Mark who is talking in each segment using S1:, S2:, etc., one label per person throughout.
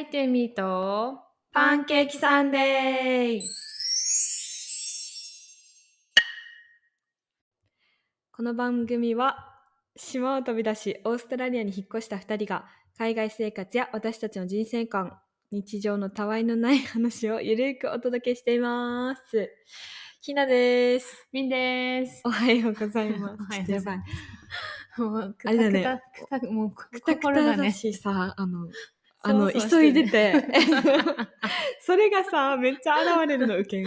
S1: いてみと
S2: パンケーキサンデーこの番組は島を飛び出しオーストラリアに引っ越した2人が海外生活や私たちの人生観日常のたわいのない話をゆるくお届けしていますひなです
S1: みんです。
S2: おはようございます
S1: おはよう
S2: ちょ
S1: ご
S2: っ
S1: ざいも
S2: とやば
S1: うく
S2: あれだね
S1: くたくたもうく
S2: くたくた
S1: 心が
S2: だ
S1: ね。
S2: しさあのあ
S1: そわ
S2: の
S1: そわし
S2: 急い
S1: る
S2: でてそれがさめっちゃ現れるのウケん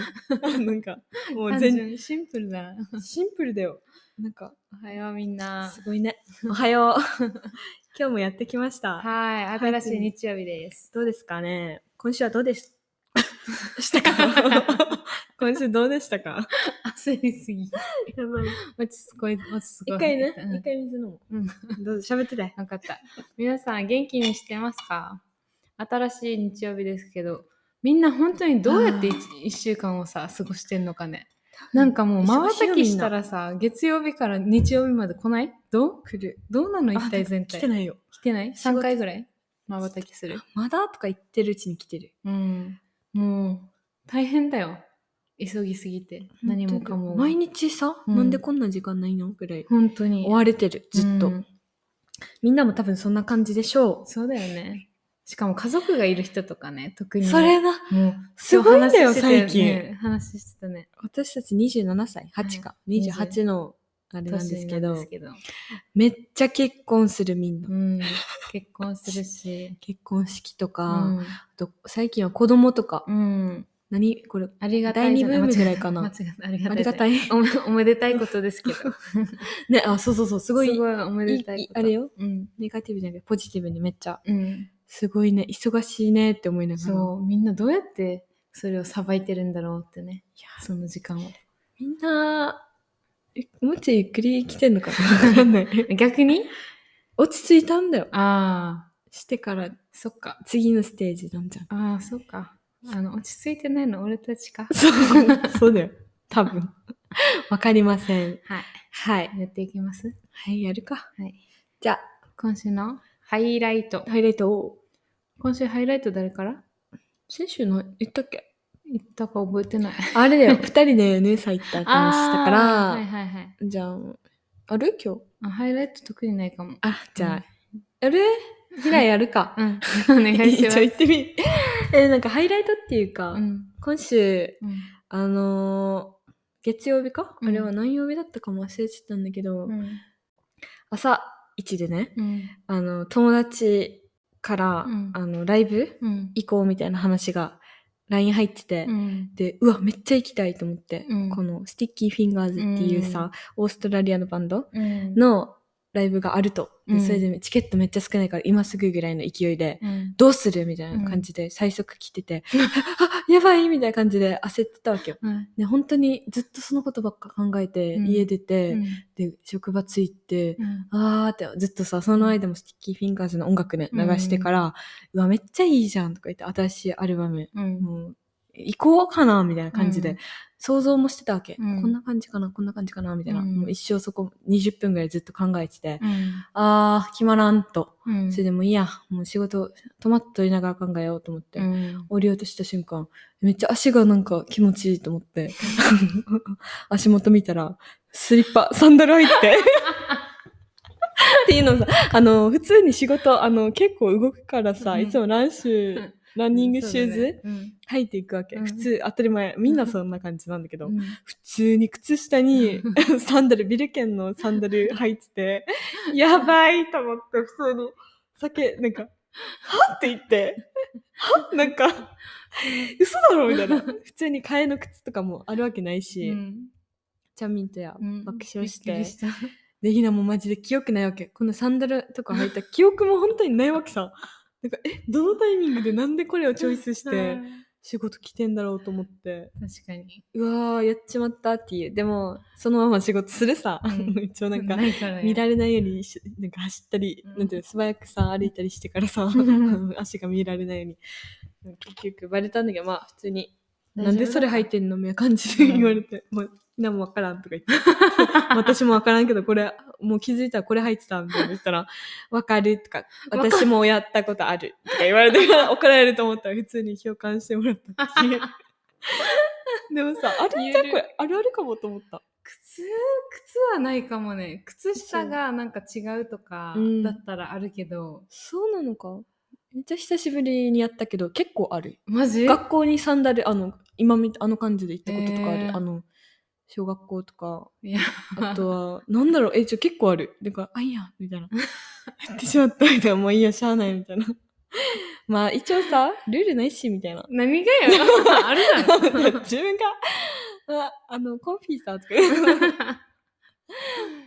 S2: なん かもう
S1: 単
S2: 全
S1: 純シンプルだな。
S2: シンプルだよなんか
S1: おはようみんな。
S2: すごいねおはよう 今日もやってきました
S1: はい、新しい日曜日です。
S2: どうですかね今週はどうでし したか 今週どうでしたか
S1: 焦りすぎ。落ち着こい、落ち着こい。
S2: 一回ね、
S1: うん
S2: 一回水飲も
S1: うん。
S2: う。どうぞ、喋ってて。
S1: わかった。皆さん元気にしてますか新しい日曜日ですけど、みんな本当にどうやって
S2: あ
S1: 1, 週間をさ、過ごしてんのかね。なんかもう、
S2: 忙
S1: ま
S2: しいよ
S1: きしたらさ、月曜日から日曜日まで来ないどう来る。どうなの
S2: あ
S1: 一体全体。
S2: 来てないよ。
S1: 来てない
S2: 仕事
S1: ?3 回ぐらいまばたきする。
S2: まだとか言ってるうちに来てる。
S1: うん。もう、大変だよ。急ぎすぎて。何もかも。
S2: 毎日さ、
S1: うん
S2: なんでこんな時間ないのぐらい。
S1: 本当に。
S2: 追われてる、ずっと、
S1: うん
S2: みんなも多分そんな感じでしょ
S1: そうだよね。しかも家族がいる人とかね、特
S2: う。
S1: にね。
S2: それな。
S1: もう、
S2: すごいんだよ
S1: 今日話してたね
S2: 最近。
S1: 話してたね。
S2: 私たち27歳、8か。
S1: い
S2: 28の、あれなん
S1: 年
S2: です
S1: にな
S2: け
S1: るん
S2: ど
S1: ですけど。
S2: めっちゃ結婚するみんな。
S1: うん。結婚するし。
S2: 結婚式と
S1: う
S2: か、あ
S1: ん。
S2: と最近は子供とか、
S1: うん。
S2: 何これ、
S1: ありがた
S2: 第
S1: いじ
S2: 2
S1: ゃ
S2: ブ
S1: な。
S2: ームぐらい
S1: 間違
S2: か
S1: 間違
S2: な。
S1: ありが
S2: あ
S1: たい。
S2: りがた
S1: お
S2: い。
S1: めおめでたいことですけど。
S2: ね、あ、そうそうそう、 す
S1: す
S2: ごい、
S1: ごいおめでた
S2: い
S1: い
S2: い
S1: こと。
S2: あれよ。
S1: うん。
S2: ネガティブじゃなくて、ポジティブにめっちゃ、
S1: うん。
S2: すごいね、忙しいねって思いながら。
S1: そう、みんなどうやってそれをさばいてるんだろうってね。その時間を。
S2: みんな、えもうちょいゆっくり来てんのかな わかんない。
S1: 逆に
S2: 落ち着いたんだよ。
S1: ああ、
S2: してから、
S1: そっか。
S2: 次のステージなんじゃん。
S1: ああ、そっか。あの、落ち着いてないの俺たちか。
S2: そう、そうだよ。多分。わかりません。
S1: はい。
S2: はい。
S1: やっていきます。
S2: はい、やるか。
S1: はい。
S2: じゃあ、
S1: 今週のハイライト。
S2: ハイライトを、
S1: 今週ハイライト誰から
S2: 先週の言ったっけ
S1: 言ったか覚えてない。
S2: あれだよ、 二人でヌーサ行ったって話したから、
S1: あーはいはいはい。
S2: じゃあ、ある今日。
S1: あハイライト特にないかも。
S2: あ、じゃあ、やるひらやるか。
S1: うん。お 願いしま
S2: じゃあ
S1: す。
S2: 行ってみ。え、なんかハイライトっていうか、
S1: うん。
S2: 今週、
S1: うん
S2: あのー月曜日か、
S1: うん
S2: あれは何曜日だったかも忘れちゃったんだけど、
S1: うん。
S2: 朝1でね、
S1: うん。
S2: あの、友達から、
S1: うん
S2: あの、ライブ
S1: うん。
S2: 行こうみたいな話が LINE 入ってて、
S1: うん。
S2: で、うわ、めっちゃ行きたいと思って、
S1: うん
S2: このスティッキーフィンガーズっていうさ、オーストラリアのバンド
S1: うん。
S2: のライブがあると。で
S1: うん
S2: それでチケットめっちゃ少ないから今すぐぐらいの勢いで、
S1: うん。
S2: どうするみたいな感じで最速来てて、あ、やばいみたいな感じで焦ってたわけよ。
S1: うん。
S2: で、本当にずっとそのことばっか考えて、
S1: うん
S2: 家出て、
S1: うん
S2: で、職場着いて、
S1: うん
S2: あーってずっとさ、その間もスティッキーフィンガーズの音楽ね、流してから、うわ、めっちゃいいじゃんとか言って、新しいアルバム、
S1: うん。
S2: もう、行こうかなみたいな感じで、
S1: うん
S2: 想像もしてたわけ、
S1: うん
S2: こんな感じかな、こんな感じかなみたいな。
S1: うん
S2: もう一生そこ20分ぐらいずっと考えてて、
S1: うん。
S2: あー、決まらんと。
S1: うん
S2: それでもういいや、もう仕事、トマト取りながら考えようと思って、
S1: うん
S2: 降りようとした瞬間、めっちゃ足がなんか気持ちいいと思って、 足元見たら、スリッパ、サンダル入って。っていうのもさ、あの、普通に仕事、あの、結構動くからさ、
S1: うん
S2: いつもランシュ
S1: うん
S2: ランニングシューズ
S1: うん
S2: 履いていくわけ。
S1: うん
S2: 普通、当たり前。みんなそんな感じなんだけど、
S1: うん
S2: 普通に靴 下にサンダル、ビルケンのサンダル履いてて、やばいと思って、普通に。酒、なんか、はって言って、はなんか、嘘だろみたいな。普通に替えの靴とかもあるわけないし、
S1: うん
S2: チャンミントや
S1: うん
S2: 爆笑して
S1: びっくりた
S2: で、ひなもマジで記憶ないわけ。このサンダルとか履いた記憶も本当にないわけさ。なんか、え、どのタイミングでなんでこれをチョイスし
S1: う
S2: て
S1: ん
S2: 仕事来てんだろうと思って、
S1: 確かに
S2: うわー、やっちまったっていう。でも、そのまま仕事するさ。
S1: うん
S2: 一応なんか、
S1: ないからね
S2: 見られないようにし、なんか走ったり、
S1: うん
S2: なんていうの、素早くさ、歩いたりしてからさ
S1: ん、
S2: 足が見られないように。結局バレたんだけど、まあ、普通になんでそれ入
S1: っ
S2: ってんのみたいな感じで
S1: うん
S2: 言われて、もう、みんなもわからんとか言って、 私もわからんけど、これ、もう気づいたらこれ入ってたみたいな言ったら、わかるとか、
S1: わかる
S2: 私もやったことあるとか言われ て、怒られると思ったら普通に共感してもらったって いう。でもさ、あれじゃ
S1: 言える
S2: これ、あるあるかもと思った。
S1: 靴靴はないかもね靴下がなんか違うとか
S2: うん
S1: だったらあるけど、
S2: そうなのか。めっちゃ久しぶりにやったけど、結構ある。
S1: マジ
S2: 学校にサンダル、あの、今みあの感じで行ったこととかある。
S1: えー
S2: あの、小学校とか、
S1: いや。
S2: あとは、なんだろう、え、ちょ、結構ある。なんか、あ、いいや、み たいな。やってしまった、みたいな。もういいや、しゃあない、みたいな。 まあ、一応さ、ルールないし、みたい な
S1: 何が よある
S2: 自
S1: だろ
S2: 分が、ああの、コンフィーさ、とか言う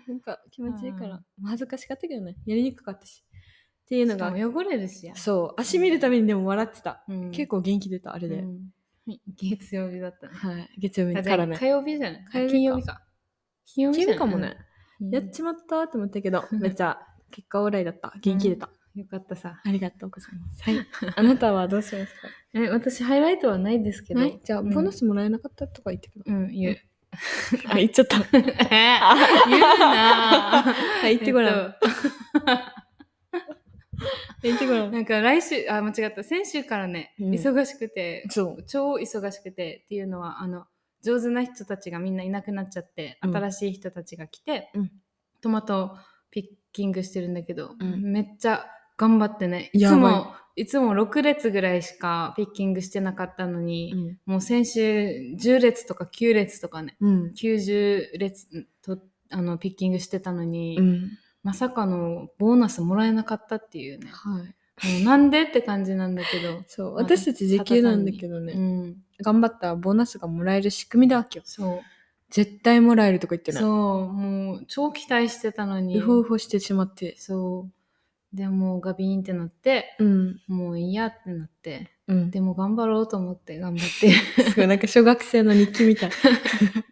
S2: なんか、気持ちいいから。恥ずかしかったけどね。やりにくかったし。っていうの
S1: しか
S2: が、
S1: も汚れるしや、
S2: そう、足見るためにでも笑ってた。
S1: うん
S2: 結構元気出た、あれで。
S1: うんはい月曜日だったね
S2: はい。月曜日
S1: あじゃあ
S2: からね
S1: 火。曜日じゃない
S2: 火曜日か
S1: 金曜日か金曜日じゃな
S2: 金
S1: い
S2: 曜日かもね。
S1: うん
S2: やっちまったって思った けど、めっちゃ、結果オーライだった。元気出た。
S1: よかったさ
S2: ありがとうございます。はい。あなたはどうしますか
S1: え私ハイライトはないですけど
S2: ないじゃあ、
S1: うん
S2: ボーナスもらえなかったとか言ってくる。
S1: うん言う
S2: あ、言っちゃった。
S1: えー言うな ぁ
S2: はい言ってごらん
S1: えっと
S2: 言ってごらん。
S1: なんか来週、あ、間違った。先週からね、
S2: うん
S1: 忙しくて、
S2: そう。
S1: 超忙しくてっていうのは、あの、上手な人たちがみんないなくなっちゃって、
S2: うん
S1: 新しい人たちが来て、
S2: うん
S1: トマトをピッキングしてるんだけど、
S2: うん
S1: めっちゃ頑張ってね。いつ
S2: やばい
S1: も、いつも6列ぐらいしかピッキングしてなかったのに、
S2: うん。
S1: もう先週10列とか9列とかね、
S2: うん。
S1: 90列と、あの、ピッキングしてたのに、
S2: うん。
S1: まさかのボーナスもらえなかったっていうね。
S2: はい。
S1: もうなんでって感じなんだけど。
S2: そう。
S1: まあ
S2: 私たち時給なんだけど
S1: う
S2: ね。
S1: ん。
S2: 頑張ったらボーナスがもらえる仕組みだわけよ。
S1: そう。
S2: 絶対もらえるとか言ってない。
S1: そう、もう超期待してたのに。
S2: うほうほしてしまって。
S1: そう。でもうガビーンってなって、
S2: うん。
S1: もう嫌ってなって、
S2: うん。
S1: でも頑張ろうと思って頑張 って。
S2: すごい、なんか小学生の日記みたい。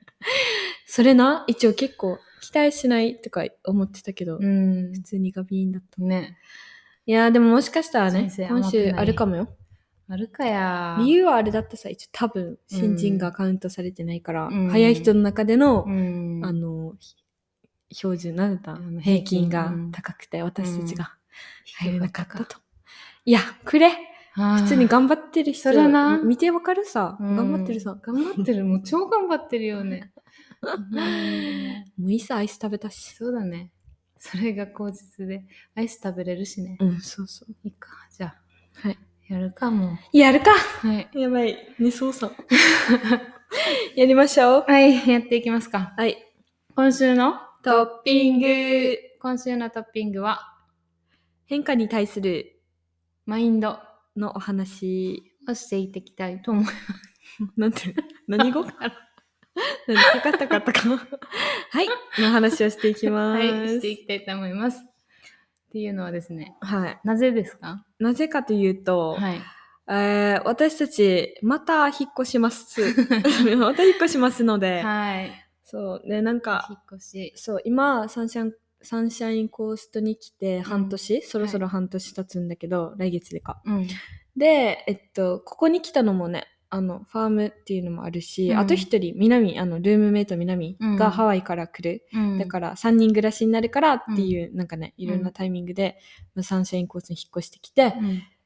S2: それな、一応結構、期待しないとか思ってたけど、
S1: うん
S2: 普。通にガビーンだった。
S1: ね。
S2: いやーでももしかしたらね
S1: 人生、甘く
S2: 今
S1: ない
S2: 週あるかもよ。
S1: あるかや。
S2: 理由はあれだってさ、一応多分、新人がカウントされてないから、
S1: うん
S2: 早い人の中での、
S1: うん。
S2: あの、ひ標準、なんだ
S1: あ
S2: った
S1: の
S2: 平均
S1: う
S2: が
S1: ん
S2: 高くて、私たちが
S1: 低
S2: 入れなかった
S1: かっ
S2: と。いや、くれ
S1: た。
S2: 普通に
S1: 頑
S2: 頑張ってる人
S1: それな
S2: 見てわかるさ。
S1: うん
S2: 頑張ってるさ。
S1: 張ってる。もう超頑張ってるよ ね。うん
S2: もういいさ、アイス食べたし。
S1: そうだね。それが口実で、アイス食べれるしね。
S2: うん、そうそう。
S1: いいか、じゃあ。
S2: はい。
S1: やるかも。
S2: やるか
S1: はい。
S2: やばい。ね、そうさん。 やりましょう。
S1: はい、やっていきますか。
S2: はい。
S1: 今週の
S2: トッピング
S1: 今週のトッピングは、
S2: 変化に対する
S1: マインド
S2: のお話。
S1: をしていっていきたいと思います。
S2: なんて、何語
S1: から
S2: 何かかったかったか。 はい。の話をしていきま
S1: は
S2: す。
S1: い、していきたいと思います。っていうのはですね、
S2: はい。
S1: なぜですか
S2: なぜかというと、
S1: はい。
S2: えー私たち、また引っ越し ます。また引っ越しますので、
S1: はい。
S2: そう。で、なんか、
S1: 引っ越し。
S2: そう、今、サンシャイン、サンシャインコーストに来て半年、そろそろ半年経つんだけど、来月でか。
S1: うん。
S2: で、えっと、ここに来たのもね、あの、ファームっていうのもあるし、
S1: うん
S2: あと一人、南、あの、ルームメイト南
S1: うん
S2: がハワイから来る。
S1: うん、、
S2: だからら3人暮らしになるからっていう、なんかねいろんなタイミングで、まあサンシャインコースに引っ越してきて、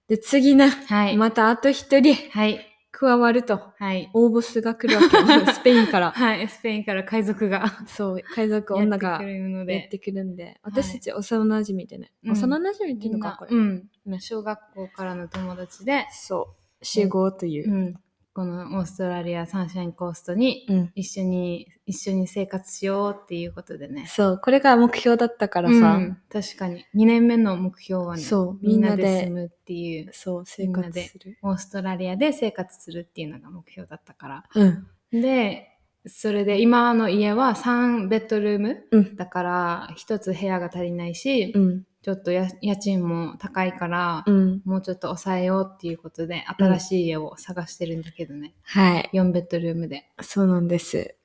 S2: で次な、
S1: はい。
S2: またあと一人
S1: はい。
S2: 加わると
S1: はい。
S2: 大ボスが来るわ けスペインから
S1: はい。スペインから海賊 が
S2: そう海賊
S1: や
S2: 女
S1: って
S2: が
S1: くるの
S2: やっ
S1: で、
S2: てくるんで私たち幼馴染でね、
S1: うん
S2: 幼馴染って
S1: み
S2: いうの
S1: ん
S2: か
S1: な
S2: これ、
S1: うん
S2: ね。
S1: 小学校からの友達で、
S2: そう集合という、
S1: うん、このオーストラリアサンシャインコーストに
S2: うん
S1: 一緒に一緒に生活しようっていうことでね。
S2: そうこれが目標だったからさ、
S1: うん確かに2年目の目標はね
S2: そう
S1: み
S2: み
S1: ん
S2: ん
S1: な
S2: な
S1: で
S2: で
S1: 住むっていう
S2: そう生
S1: みんな
S2: 活
S1: です
S2: る
S1: オーストラリアで生活するっていうのが目標だったから
S2: うん
S1: でそれで今の家は3ベッドルーム
S2: うん
S1: だから1つ部屋が足りないし、
S2: うん
S1: ちょっとや家賃も高いから、
S2: うん
S1: もうちょっと抑えようっていうことで新しい家を探してるんだけどね、
S2: はい
S1: 4ベッドルームで
S2: そうなんです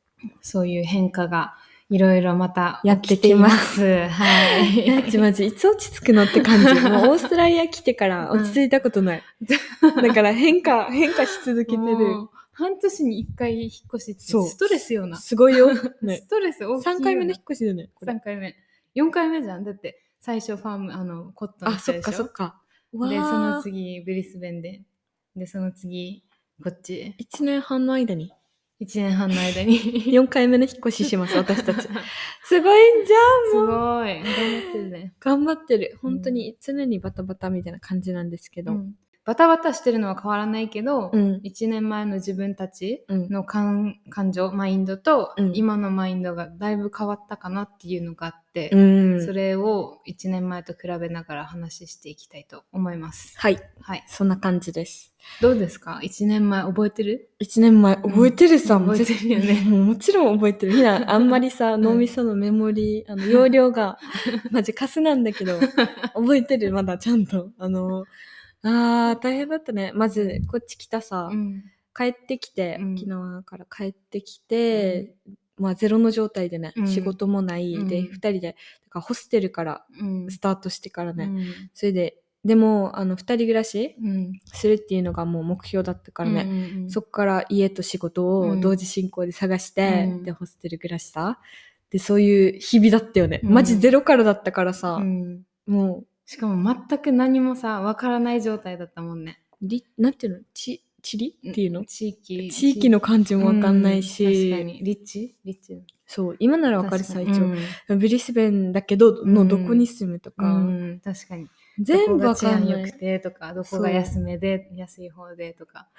S1: そういう変化がいろいろまた
S2: やってきます
S1: 起きています。 はい。
S2: マジマジ、いつ落ち着くのって感じ。 もうオーストラリア来てから落ち着いたことない。だから変化、変化し続けてる。
S1: もう半年に1回引っ越しって
S2: そう
S1: ストレスような。
S2: す ごいよ。ね
S1: ス。トレス大きいよな。
S2: 3回目の引っ越しでね、これ。
S1: 3回目。4回目じゃん。だって、最初ファーム、あの、コットン
S2: あ、
S1: にした
S2: そっ
S1: でしょ
S2: かそっか。
S1: で、その
S2: 次。
S1: 次、ブリスベンで。で、その次、こっち。
S2: 1年半の間に、
S1: 1年半の間に。。
S2: 4回目の引っ越しします、私た ち
S1: す
S2: すごいんじゃん、もう。
S1: ごい。頑張ってるね。
S2: 頑張ってる。本当に常にバタバタみたいな感じなんですけど。
S1: うんバタバタしてるのは変わらないけど、
S2: うん。
S1: 1年前の自分たち
S2: うん。
S1: の感感情、マインドと、
S2: うん
S1: 今のマインドがだいぶ変わったかなっていうのがあって、
S2: うん
S1: それを1年前と比べながら話していきたいと思います。
S2: はい。
S1: はい。
S2: そんな感じです。
S1: どうですか ?1 年前覚えてる
S2: 一年前、覚えてるさ、
S1: うん
S2: もう
S1: 覚えてるよね
S2: 絶対 もうもちろん覚えてる。みんな、あんまりさ、脳みそのメモリー、あの、容 量が、マジカスなんだけど、覚えてる、まだ、ちゃんと。あの、あー、大変だったね。まず、こっち来たさ、
S1: ん。
S2: 帰ってきて、
S1: うん
S2: 沖縄から帰ってきて、まあ、ゼロの状態でね、
S1: うん
S2: 仕事もない。で、
S1: うん
S2: 二人で、だからホステルから
S1: うん。
S2: スタートしてからね。
S1: うん
S2: それで、でも、あの、二人暮らし
S1: うん。
S2: するっていうのがもう目標だったからね。
S1: ね
S2: そっから家と仕事
S1: う
S2: を
S1: ん
S2: 同時進行で探して、
S1: うん
S2: で、ホステル暮らしさ。で、そういう日々だったよね。
S1: うん
S2: マジゼロからだったからさ、
S1: うん
S2: も
S1: しかも全く何もさ、わからない状態だったもんね。
S2: う、り、なんていうのち、地理っていうの
S1: 地域。
S2: 地域の感じもわかんないし、
S1: うん確かに。立地立地。
S2: そう、今ならわかるさ、
S1: 最
S2: 一
S1: 長
S2: 応。ブリスベンだけど、の
S1: うん
S2: どこに住むと
S1: う
S2: か、
S1: ん、確かに。
S2: 全部わかん
S1: どこが治
S2: な
S1: 安良
S2: い
S1: く。てとか、どこが安めで、安い方でとか、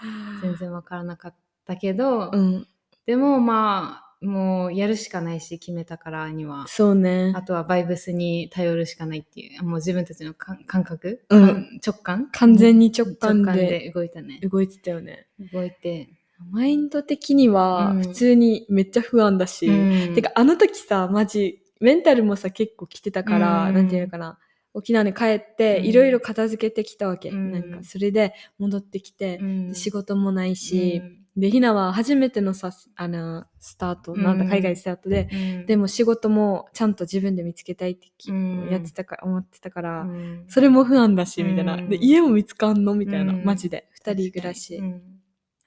S1: 全然わからなかったけど、
S2: うん、
S1: でもまあ、もうやるしかないし、決めたからには。
S2: そうね
S1: あ。とはバイブスに頼るしかないっていう、もう自分たちの感感覚、
S2: うん
S1: 感直感
S2: 完全に直
S1: 直
S2: 感
S1: 感
S2: で
S1: で動いたね。
S2: 動いてたよね。
S1: 動いて。
S2: マインド的には、
S1: うん
S2: 普通にめっちゃ不安だし、
S1: うん
S2: てか、あの時さ、マジ、メンタルもさ、結構来てたから、
S1: うん
S2: なんていうのかな。沖縄に帰って、
S1: うん
S2: いろいろ片付けてきたわけ。
S1: うん
S2: なんか、それで戻ってきて、
S1: うん
S2: で仕事もないし、
S1: うん
S2: で、ひなは初めてのさ、あの、スタート、なんだ、
S1: うん
S2: 海外スタートで、
S1: うん
S2: でも仕事もちゃんと自分で見つけたいってき、
S1: うん
S2: やってたから、思ってたから、
S1: うん
S2: それも不安だし、みたいな。
S1: うん
S2: で、家も見つかんのみたいな、
S1: うん
S2: マジで。二人暮らし。
S1: うん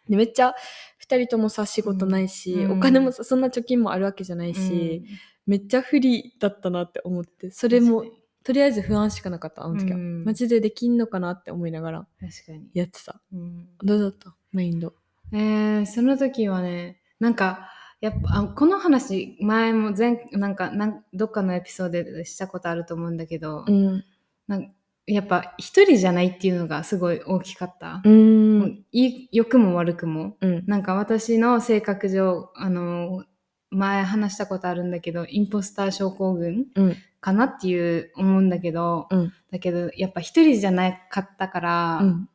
S2: で、めっちゃ、二人ともさ、仕事ないし、
S1: うん
S2: お金もさ、そんな貯金もあるわけじゃないし、めっちゃ不利だったなって思ってそれも
S1: 確か
S2: とりあえず不安しかなかったあの時は、
S1: うん
S2: マジでできんのかなって思いながら
S1: に確かに、
S2: やってた
S1: うん
S2: どうだったマインド
S1: えーその時はねなんかやっぱあこの話前も前なんかなんどっかのエピソードでしたことあると思うんだけど、
S2: ん
S1: なんやっぱ一人じゃないっていうのがすごい大きかった、
S2: うんうん
S1: いい良くも悪くも
S2: うん
S1: なんか私の性格上、あの、前話したことあるんだけど、インポスター症候群
S2: うん
S1: かなっていう思うんだけど、
S2: うん
S1: だけどやっぱ一人じゃなかったから、
S2: うん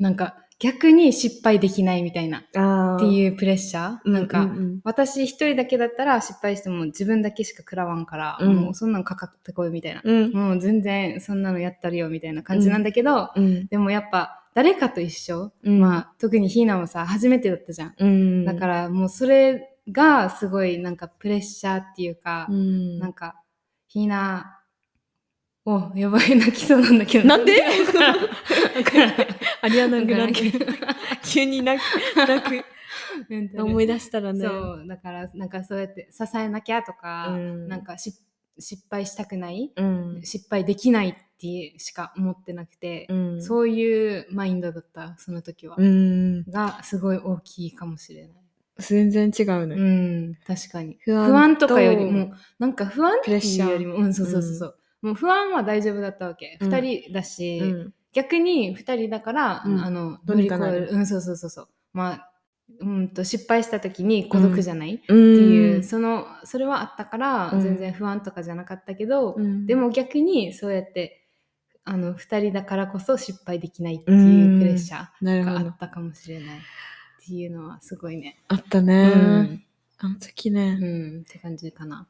S1: なんか逆に失敗できないみたいなっ
S2: あ
S1: て
S2: う
S1: いうプレッシャー、なんか、
S2: うん
S1: 私一人だけだったら失敗しても自分だけしか食らわんから、
S2: うん
S1: もうそんなんかかってこいみたいな、
S2: うん
S1: もう全然そんなのやったるよみたいな感じなんだけど、
S2: うん
S1: でもやっぱ誰かと一緒、
S2: うん
S1: まあ特にひなもさ初めてだったじゃん
S2: うん
S1: だかららもうそれがすごいなんかプレッシャーっていうか、
S2: うん
S1: なんか、ひな、お、やばい、泣きそうなんだけど。
S2: なんで
S1: わからない
S2: ありゃなんかなんか
S1: なんか
S2: 急に泣く泣く思い
S1: 出
S2: 出したらね
S1: そう、だから、なんかそうやって支えなきゃとか、
S2: うん
S1: なんかし失敗したくない、
S2: うん
S1: 失敗できないってしか思ってなくて、
S2: うん
S1: そういうマインドだった、その時は。
S2: うん
S1: が、すごい大きいかもしれない。
S2: 全然違うね
S1: うん、確かに。
S2: 不
S1: 不安とかよりも、なんか不安っていうよりも、うん、そうそうそう
S2: うん
S1: そう。もう不安は大丈夫だったわけ。
S2: うん
S1: 二人だし、
S2: うん
S1: 逆に二人だから、
S2: うん
S1: あの、乗
S2: ど
S1: り
S2: うに
S1: 越
S2: かなる
S1: える。うん、そうそうそうそう。まあ、うんと、失敗した時に孤独じゃない、
S2: う
S1: って
S2: ん
S1: いう、その、それはあったから、
S2: うん
S1: 全然不安とかじゃなかったけど、
S2: うん
S1: でも逆にそうやって、あの、二人だからこそ失敗できないっていうプレッシャ
S2: な
S1: ー
S2: る
S1: があ
S2: ほど
S1: ったかもしれない。っていうのはすごいね。
S2: あった
S1: う
S2: ね、
S1: ん。
S2: あの時ね、
S1: うん、って感じかな。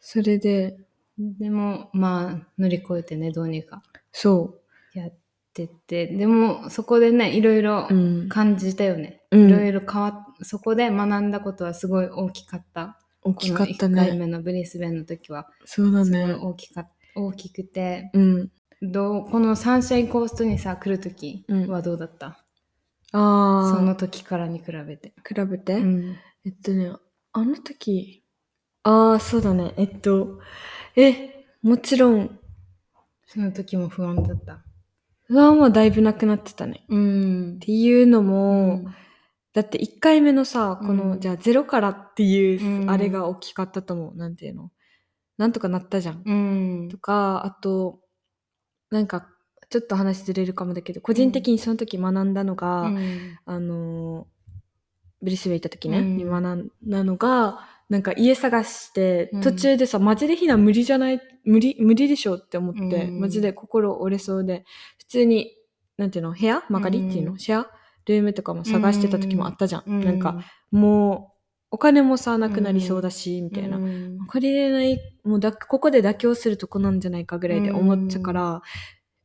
S2: それで、
S1: でも、まあ、乗り越えてね、どうにか
S2: そ
S1: やってて、でも、そこでね、いろいろ
S2: う、うん、
S1: 感じたよね。
S2: うん
S1: いろいろ変わっ、そこで学んだことはすごい大きかった。
S2: 大きかっ
S1: こ
S2: た
S1: の1回
S2: ね。
S1: 目のブリスベンの時は、
S2: そうだ
S1: すごい
S2: ね。
S1: 大きか、大きくて、
S2: うん。
S1: どうこのサンシャインコーストにさ、来る時はどうだった、
S2: あ
S1: そ
S2: その
S1: の時からに比べて。
S2: 比べて、
S1: うん、
S2: えっとね、あの時、ああ、そうだね。えっと、え、もちろん、
S1: その時も不安だった。
S2: 不安はだいぶなくなってたね。
S1: うん
S2: っ。ていうのも、
S1: うん
S2: だって1回目のさ、この、
S1: うん
S2: じゃあゼロからっていう、
S1: うん
S2: あれが大きかったと思う。なんていうの。なんとかなったじゃん。
S1: うん
S2: とか、あと、なんか、ちょっと話ずれるかもだけど、個人的にその時学んだのが、
S1: うん
S2: あのーブリスベン行った時ね、
S1: うん
S2: に学んだのがなんか家探して
S1: うん
S2: 途中でさ、マジで避難無理じゃない無理無理でしょって思って、
S1: うん
S2: マジで心折れそうで普通になんていうの部屋曲がりっていうの、
S1: うん
S2: シェアルームとかも探してた時もあったじゃん、
S1: うん
S2: なんか、もうお金もさなくなりそうだし、みたいな、
S1: うん
S2: 借りれないもうだここで妥協するとこなんじゃないかぐらいで思っちゃから、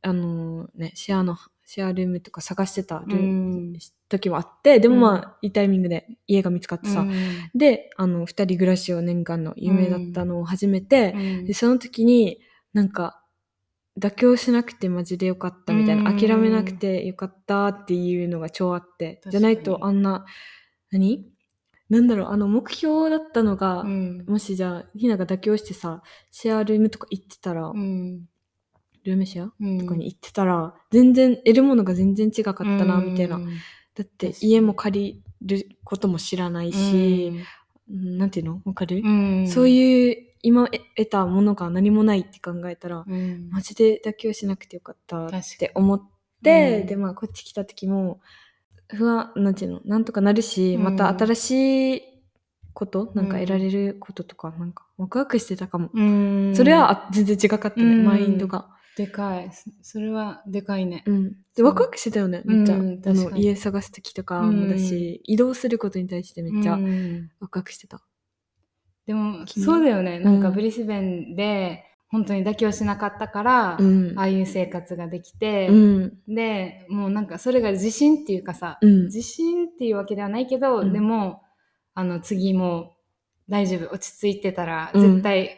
S2: あのーねシェアのシェアルームとか探してたルーム
S1: うん
S2: 時もあってでもまあ、
S1: うん
S2: いいタイミングで家が見つかってさ、
S1: うん
S2: であの2人暮らしを念願の夢だったのを始めて、
S1: うん
S2: でその時になんか妥協しなくてマジでよかったみたいな、
S1: うん
S2: 諦めなくてよかったっていうのが超あって
S1: 確かに
S2: じゃないとあんな何なんだろうあの目標だったのが、
S1: うん
S2: もしじゃあひなが妥協してさシェアルームとか行ってたら、
S1: うん
S2: ルームシェア
S1: うん
S2: とかに行ってたら全然得るものが全然違かったなみたいな
S1: うん
S2: だって
S1: 確かに
S2: 家も借りることも知らないし、うんなんていうのわかる
S1: う、ん
S2: そういう今え得たものが何もないって考えたら
S1: うん、うん
S2: マジで妥協しなくてよかった
S1: 確
S2: っ
S1: かに
S2: て思って、
S1: うん
S2: でまあこっち来た時も不安なんていうのなんとかなるし、また
S1: うん
S2: 新しいことなんか
S1: うん
S2: 得られることとかなんかワクワクしてたかも、
S1: うん
S2: それはあ全然違かったね、
S1: うん
S2: マインドが、
S1: でかいそそれはでかいね
S2: うん、でワクワクしてたよねめっちゃ、
S1: うん
S2: あ
S1: 確
S2: の
S1: かに
S2: 家探す時とかもだし、移動することに対してめっちゃ、
S1: うん
S2: ワクワクしてた。
S1: でも
S2: 君
S1: そうだよねなん
S2: う
S1: か
S2: ん
S1: ブリスベンで本当に妥協しなかったから、
S2: ん
S1: ああいう生活ができて
S2: う、ん。
S1: でもうなんかそれが自信っていうかさ、
S2: うん。
S1: 自信っていうわけではないけど、
S2: うん
S1: でもあの次も大丈夫落ち着いてたら
S2: うん
S1: 絶対、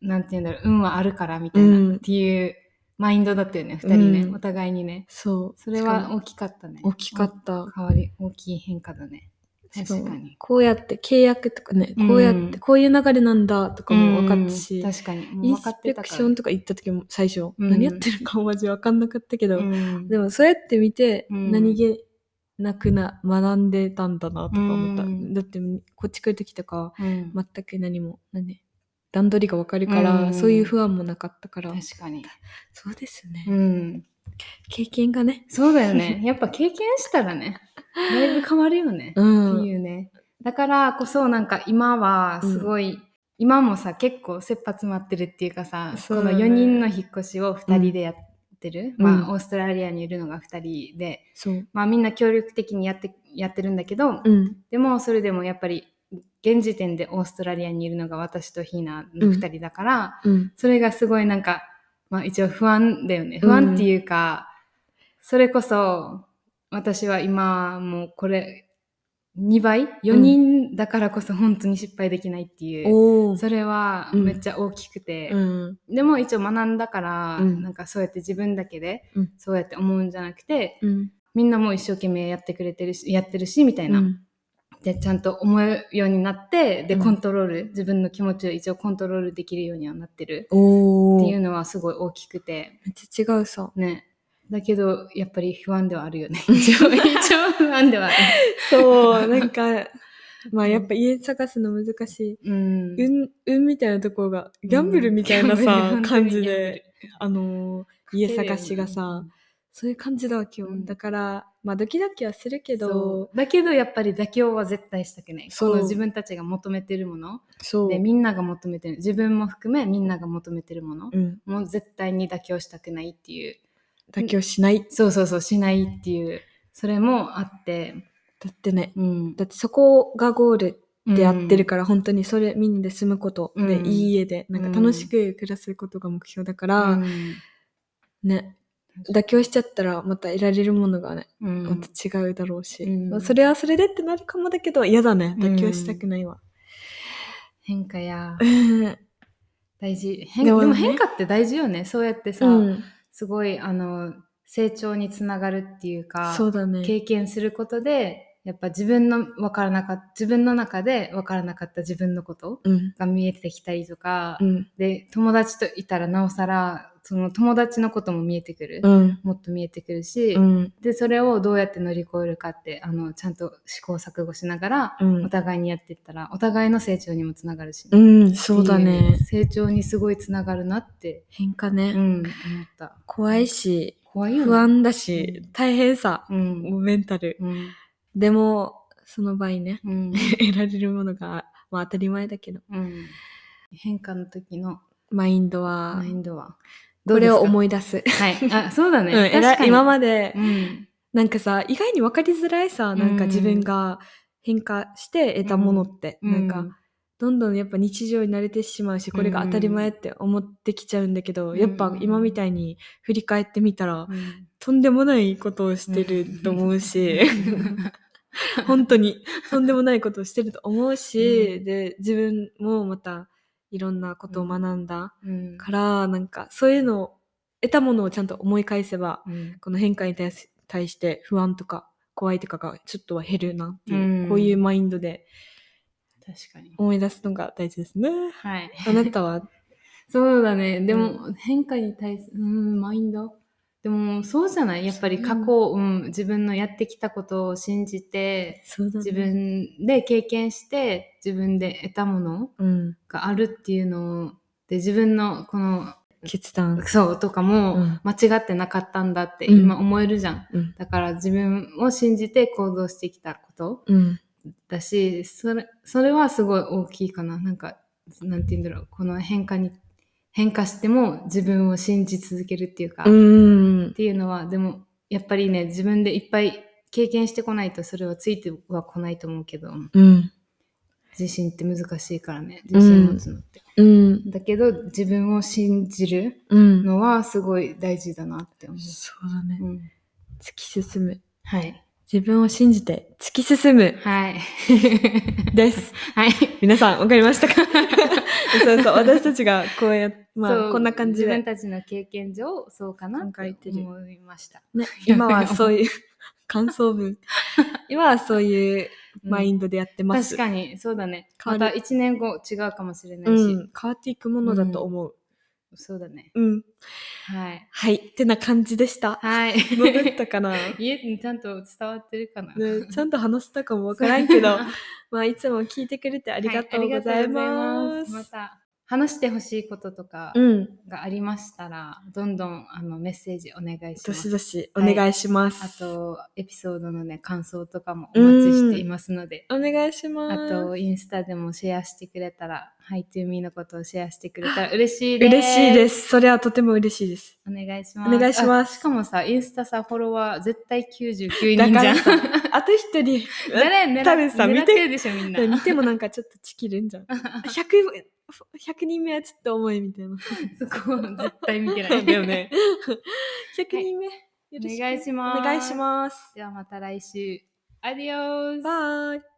S1: なんて言うんだろう運はあるからみたいな、
S2: うん
S1: っていうマインドだったよね2人ね、
S2: うん
S1: お互いにね
S2: そう。
S1: それ
S2: しか
S1: は
S2: も
S1: 大きかったね
S2: 大きかった。
S1: 変わり大きい変化だね
S2: しかも
S1: 確かに
S2: こうやって契約とかね、
S1: うん
S2: こうやって、こういう流れなんだとかも分かった
S1: う
S2: し、
S1: ん確かに
S2: イ
S1: もう
S2: ン
S1: 分か
S2: ス
S1: って
S2: ペ
S1: た
S2: ク
S1: か
S2: シ
S1: ら
S2: ョンとか行った時も最初、
S1: うん
S2: 何やってるかマジ分かんなかったけど、
S1: うん
S2: でもそうやって見て、
S1: うん
S2: 何気なくな、学んでたんだなとか思った。
S1: うん
S2: だって、こっち来る時とか、
S1: うん
S2: 全く何も、何段取りが分かるから、
S1: うん
S2: そういう不安もなかったから、
S1: 確かに、
S2: そうですね。
S1: うん、
S2: 経験がね、
S1: そうだよね やっぱ経験したらねだいぶ変わるよね、
S2: うん
S1: っていうねだからこそなんか今はすごい、今もさ結構切羽詰まってるっていうかさ
S2: そ
S1: こ
S2: うだ
S1: の
S2: ね
S1: 4人の引っ越しを2人でやってる、
S2: うん
S1: まあ、オーストラリアにいるのが2人で、
S2: そう。
S1: まあ、みんな協力的にやってやってるんだけど、
S2: うん。
S1: でもそれでもやっぱり現時点でオーストラリアにいるのが私とヒーナの2人だから、
S2: うん。
S1: それがすごいなんか、まあ一応不安だよね。不安っていうか、それこそ、私は今もうこれ、2倍 ?4 人だからこそ本当に失敗できないっていう。
S2: おお。
S1: それは
S2: うん
S1: めっちゃ大きくて、
S2: うん。
S1: でも一応学んだから、
S2: うん
S1: なんかそうやって自分だけで
S2: うん、
S1: そうやって思うんじゃなくて、
S2: うん。
S1: みんなもう一生懸命やってくれてるし、やってるし、みたいな。で、ちゃんと思うようになって、で、
S2: うん
S1: コントロール、自分の気持ちを一応コントロールできるようにはなってる。
S2: おお。
S1: って
S2: め
S1: い
S2: っ
S1: うのはすごい大きくて
S2: ちゃ違うさ。
S1: ねだけどやっぱり不安ではあるよね 一応一応不安ではある、
S2: そう、なんか、まあやっぱ家探すの難し
S1: うん
S2: い。運、運みたいなところが、ギャンブルみたいな
S1: うん
S2: さ、
S1: ギャン
S2: 感
S1: ブル
S2: じで、あのー家探しがさ、そういう感じだわ、今日。
S1: うん
S2: だから、まあドキドキはするけ
S1: そ
S2: ど、
S1: うだけどやっぱり妥協は絶対したくないこ
S2: そう
S1: の自分たちが求めてるもの
S2: そう
S1: でみんなが求めてる自分も含めみんなが求めてるもの、
S2: うん。
S1: もう絶対に妥協したくないっていう
S2: 妥協しない。
S1: そうそうそうしないっていうそれもあって、
S2: だってね、
S1: うん、
S2: だってそこがゴールでやってる
S1: か
S2: から、本当にそれみんなで住むこと、
S1: う
S2: で、
S1: ん
S2: いい家で、なんか楽しく暮らすことが目標だから、ね妥協しちゃったらまた得られるものがね、
S1: うん
S2: また違うだろうし、
S1: うん
S2: まあそれはそれでってなるかもだけど嫌だね
S1: うん
S2: 妥協したくないわ、
S1: 変化や
S2: うん
S1: 大事変
S2: で
S1: で
S2: も
S1: も,、
S2: ね
S1: 変化って大事よねそうやってさ、
S2: うん
S1: すごいあの成長につながるっていうか、
S2: そうだね。
S1: 経験することで、やっぱ自分の分からなかった、自分の中で分からなかった自分のこと
S2: うん。
S1: が見えてきたりとか、
S2: うん。
S1: で、友達といたらなおさら、その友達のことも見えてくる。
S2: うん。
S1: もっと見えてくるし、
S2: うん。
S1: で、それをどうやって乗り越えるかって、あの、ちゃんと試行錯誤しながら、
S2: うん
S1: お互いにやっていったら、お互いの成長にもつながるし、
S2: うん、そう
S1: っ
S2: だ
S1: ていう意味
S2: ね
S1: で。成長にすごいつながるなって、
S2: 変化
S1: う
S2: ね。
S1: ん、思った。
S2: 怖いし、
S1: 怖いよね。
S2: 不安だし
S1: う、
S2: 大変さ、
S1: うん。
S2: メンタル。
S1: うん。
S2: でも、その場合ね、
S1: うん。
S2: 得られるものが、まあ当たり前だけど、
S1: うん。変化の時の
S2: マインドは
S1: マイ、ンドは。
S2: これを
S1: い。
S2: 思い出す。
S1: はい。あ、そうだね。
S2: うんえら
S1: 確かに。
S2: 今まで、
S1: うん。
S2: なんかさ、意外に分かりづらいさ、なんか自分が変化して得たものって、なんか、どんどんやっぱ日常に慣れてしまうし、これが当たり前って思ってきちゃうんだけど、
S1: うん
S2: やっぱ今みたいに振り返ってみたら、
S1: うん、
S2: とんでもないことをしてると思うし、本当にとんでもないことをしてると思うし、で、自分もまたいろんなことを学んだ
S1: うん。
S2: から、なんかそういうのを、得たものをちゃんと思い返せば、
S1: うん
S2: この変化に対し対して不安とか怖いとかがちょっとは減るなっていう、
S1: うん
S2: こういうマインドで
S1: 確かに。
S2: 思い出すのが大事です ね。
S1: はい。
S2: あなたは、
S1: そうだね。でも、変化に対する、うん、マインド。でも、そうじゃないやっぱり過去、うん、自分のやってきたことを信じて、
S2: そうだ
S1: 自、分で経験して、自分で得たもの
S2: うん、
S1: があるっていうのを、で、自分のこの、
S2: 決断。
S1: そうとかも
S2: うん
S1: 間違ってなかったんだって
S2: うん
S1: 今思えるじゃん。
S2: うん
S1: だから自分を信じて行動してきたこと
S2: うん、
S1: だし、それ、それはすごい大きいかな。なんか、なんて言うんだろう。この変化に、変化しても自分を信じ続けるっていうか、
S2: う
S1: っ
S2: ん、
S1: ていうのは、でも、やっぱりね、自分でいっぱい経験してこないとそれはついてはこないと思うけど、
S2: うん、
S1: 自信って難しいからね、自信持つのって。
S2: うん、
S1: だけど、自分を信じる
S2: うん。
S1: のはすごい大事だなって思
S2: そうだね
S1: う。。うん、
S2: 突き進む。
S1: はい。
S2: 自分を信じて突き進む
S1: はい。
S2: です。
S1: はい。
S2: 皆さん、わかりましたか そうそう、私たちがこうやっま
S1: そ
S2: あ、
S1: う
S2: こんな感じ
S1: 自分
S2: で、
S1: たちの経験上、そうかな
S2: 考え
S1: って
S2: てる
S1: 思いました。
S2: ね、今はそういう、感想文。今はそういうマイ
S1: ン
S2: ンドでやって
S1: ド
S2: ます。
S1: 確かに、そうだね。
S2: 変わ
S1: ま
S2: り
S1: た1年後違うかもしれな
S2: う
S1: いし。
S2: ん、変わっていくものだと思う。
S1: そうだね。
S2: うん。
S1: はい。
S2: はい。ってな感じでした。
S1: はい。
S2: どうだったかな、ね、
S1: 家にちゃんと伝わってるかな、
S2: ちゃんと話したかもわからんけど
S1: は、
S2: まあ、いつも聞いてくれてあ
S1: あ
S2: りがとうございま
S1: りがとうございます
S2: す。
S1: また、話してほしいこととか
S2: うん。
S1: がありましたら、どんどんあのメッセージお願いしま
S2: どし
S1: す。
S2: どしお願いします。
S1: あと、エピソードのね、感想とかもお待ちしていますので、
S2: お願いしま
S1: あ
S2: す。
S1: と、インスタでもシェアしてくれたら、ハイトゥーミーのことをシェアしてくれたら嬉しいです。。
S2: 嬉しいですす。それはとても嬉しいです。
S1: お願いします。
S2: お願いします
S1: あしかもさ、インスタさ、フォロワー絶対99
S2: だ
S1: 人
S2: か
S1: じゃ
S2: ら
S1: ん。
S2: さ、あと一人、
S1: 誰狙っ
S2: 多分さ
S1: 狙
S2: 見
S1: っててるでしょ、みんな。
S2: 見てもなんかちょっとチキるん じゃん。100、100人目はちょっと重いみたいな。
S1: そこは絶対見てな
S2: だ
S1: い。
S2: よ ね。100人目、よろ
S1: お願いし
S2: お
S1: ます。
S2: 願いします。
S1: ではまた来週。アディオース
S2: バイ。